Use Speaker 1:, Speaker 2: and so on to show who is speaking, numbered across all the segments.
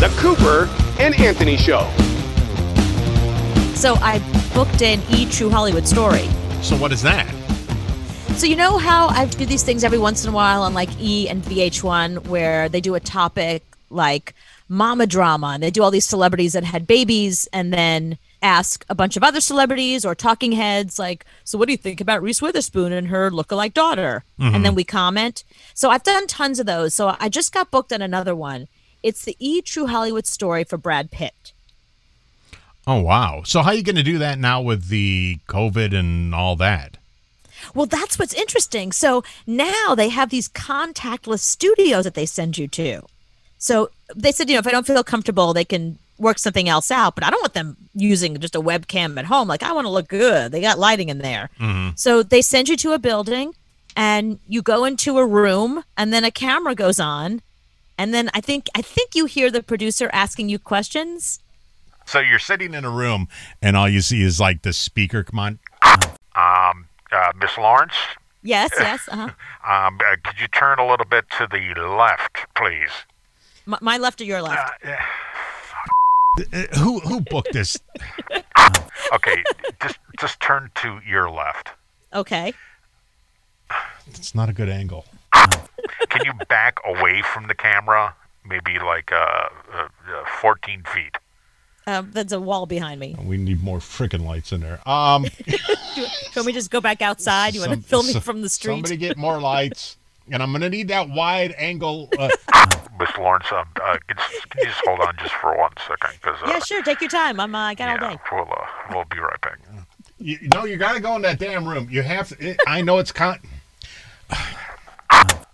Speaker 1: The Cooper and Anthony Show.
Speaker 2: So I booked an E True Hollywood story.
Speaker 3: So what is that?
Speaker 2: So you know how I do these things every once in a while on like E and VH1 where they do a topic like mama drama and they do all these celebrities that had babies and then ask a bunch of other celebrities or talking heads like so what do you think about Reese Witherspoon and her lookalike daughter and then we comment. So I've done tons of those. So I just got booked on another one. It's the E True Hollywood story for Brad Pitt.
Speaker 3: Oh wow. So how are you going to do that now with the COVID and all that?
Speaker 2: Well, that's what's interesting. So now they have these contactless studios that they send you to. So they said, you know, if I don't feel comfortable, they can work something else out, but I don't want them using just a webcam at home. Like, I want to look good. They got lighting in there. So they send you to a building and you go into a room and then a camera goes on. And then I think I think you hear the producer asking you questions.
Speaker 3: So you're sitting in a room and all you see is like the speaker come on.
Speaker 4: Um, uh, Miss Lawrence,
Speaker 2: Yes, yes. Uh-huh.
Speaker 4: um, uh, could you turn a little bit to the left, please?
Speaker 2: My, my left or your left?
Speaker 3: Uh, Who who booked this?
Speaker 4: Okay, just just turn to your left.
Speaker 2: Okay.
Speaker 3: It's not a good angle.
Speaker 4: Can you back away from the camera, maybe like uh, uh, uh 14 feet?
Speaker 2: Um, that's a wall behind me.
Speaker 3: We need more freaking lights in there. Um
Speaker 2: Can we just go back outside? You want
Speaker 3: some-
Speaker 2: to film me
Speaker 3: so-
Speaker 2: from the street?
Speaker 3: Somebody get more lights. And I'm going to need that wide angle. Uh,
Speaker 4: Miss Lawrence, um, uh, can can you just hold on just for one second? Cause, uh,
Speaker 2: Yeah, sure. Take your time. I'm. Uh, I got all
Speaker 4: yeah,
Speaker 2: day.
Speaker 4: we'll, uh, we'll be right back.
Speaker 3: you, no, you got to go in that damn room. You have to. It, I know it's con.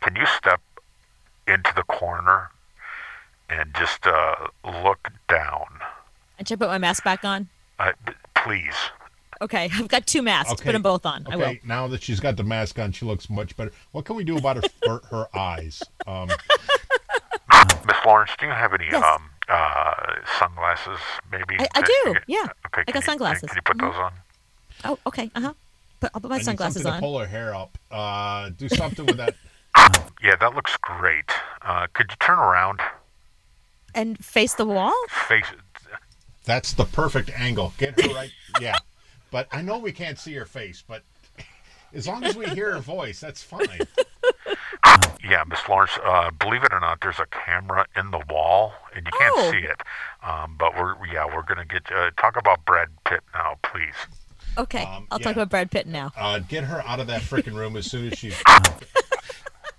Speaker 4: Can you step into the corner and just uh, look down?
Speaker 2: I should I put my mask back on.
Speaker 4: Uh, b- please.
Speaker 2: Okay, I've got two masks.
Speaker 3: Okay.
Speaker 2: Put them both on. I will.
Speaker 3: Okay, now that she's got the mask on, she looks much better. What can we do about her her, her eyes? Um,
Speaker 4: Miss Lawrence, do you have any
Speaker 2: Yes.
Speaker 4: um, uh, sunglasses, maybe?
Speaker 2: I- I
Speaker 4: that you
Speaker 2: do,
Speaker 4: get-
Speaker 2: yeah. I
Speaker 4: Okay,
Speaker 2: got
Speaker 4: can you- can-
Speaker 2: sunglasses.
Speaker 4: Can you put
Speaker 2: Mhm.
Speaker 4: those on?
Speaker 2: Oh, okay. Uh huh. Put, I'll put my
Speaker 3: I need
Speaker 2: sunglasses
Speaker 3: something
Speaker 2: on.
Speaker 3: To pull her hair up. Uh, do something with that.
Speaker 4: Yeah, that looks great. Uh, could you turn around?
Speaker 2: and face the wall.
Speaker 4: Face
Speaker 3: That's the perfect angle. Get her right. Yeah, but I know we can't see her face, but as long as we hear her voice, that's fine.
Speaker 4: Yeah, Miss Lawrence, uh, believe it or not, there's a camera in the wall, and you can't
Speaker 2: Oh.
Speaker 4: see it. Um, but we're yeah, we're gonna get uh, talk about Brad Pitt now, please.
Speaker 2: Okay,
Speaker 3: Um,
Speaker 2: I'll
Speaker 3: yeah.
Speaker 2: talk about Brad Pitt now.
Speaker 3: Uh, get her out of that freaking room as soon as she's.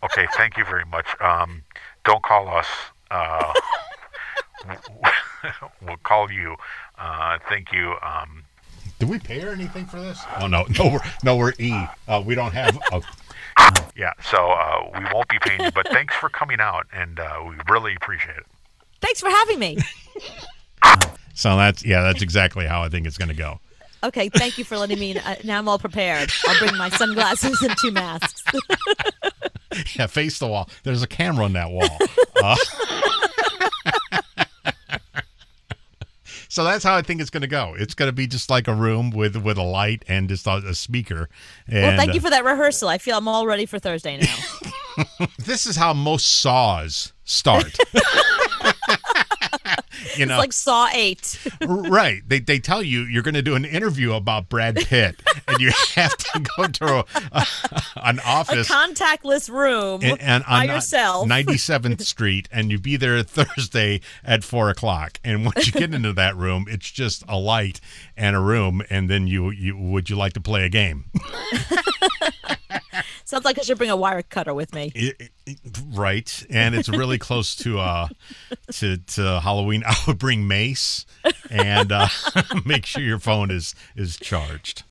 Speaker 4: Okay, thank you very much. Um, don't call us. Uh, we'll call you. Uh, thank you. Um,
Speaker 3: Do we pay her anything for this? Oh no, no, we're no, we're E. Uh, we don't have. Oh,
Speaker 4: yeah, so uh, we won't be paying you, but thanks for coming out, and uh, we really appreciate it.
Speaker 2: Thanks for having me.
Speaker 3: so that's yeah, that's exactly how I think it's going to go.
Speaker 2: Okay, thank you for letting me. In. Uh, now I'm all prepared. I'll bring my sunglasses and two masks.
Speaker 3: Yeah, face the wall. There's a camera on that wall. Uh, so that's how I think it's going to go. It's going to be just like a room with with a light and just a, a speaker. And,
Speaker 2: well, thank you
Speaker 3: uh,
Speaker 2: for that rehearsal. I feel I'm all ready for Thursday now.
Speaker 3: uh, this is how most saws start. you know,
Speaker 2: It's like Saw Eight.
Speaker 3: right? They they tell you you're going to do an interview about Brad Pitt, and you have to go to a, an
Speaker 2: a
Speaker 3: office.
Speaker 2: contactless room
Speaker 3: and, and
Speaker 2: by
Speaker 3: on
Speaker 2: yourself.
Speaker 3: 97th Street, and you be there Thursday at four o'clock. And once you get into that room, it's just a light and a room, and then you you would you like to play a game,
Speaker 2: Sounds like I should bring a wire cutter with me.
Speaker 3: It- it- right? And it's really close to uh to to Halloween. I would bring mace and uh, make sure your phone is is charged.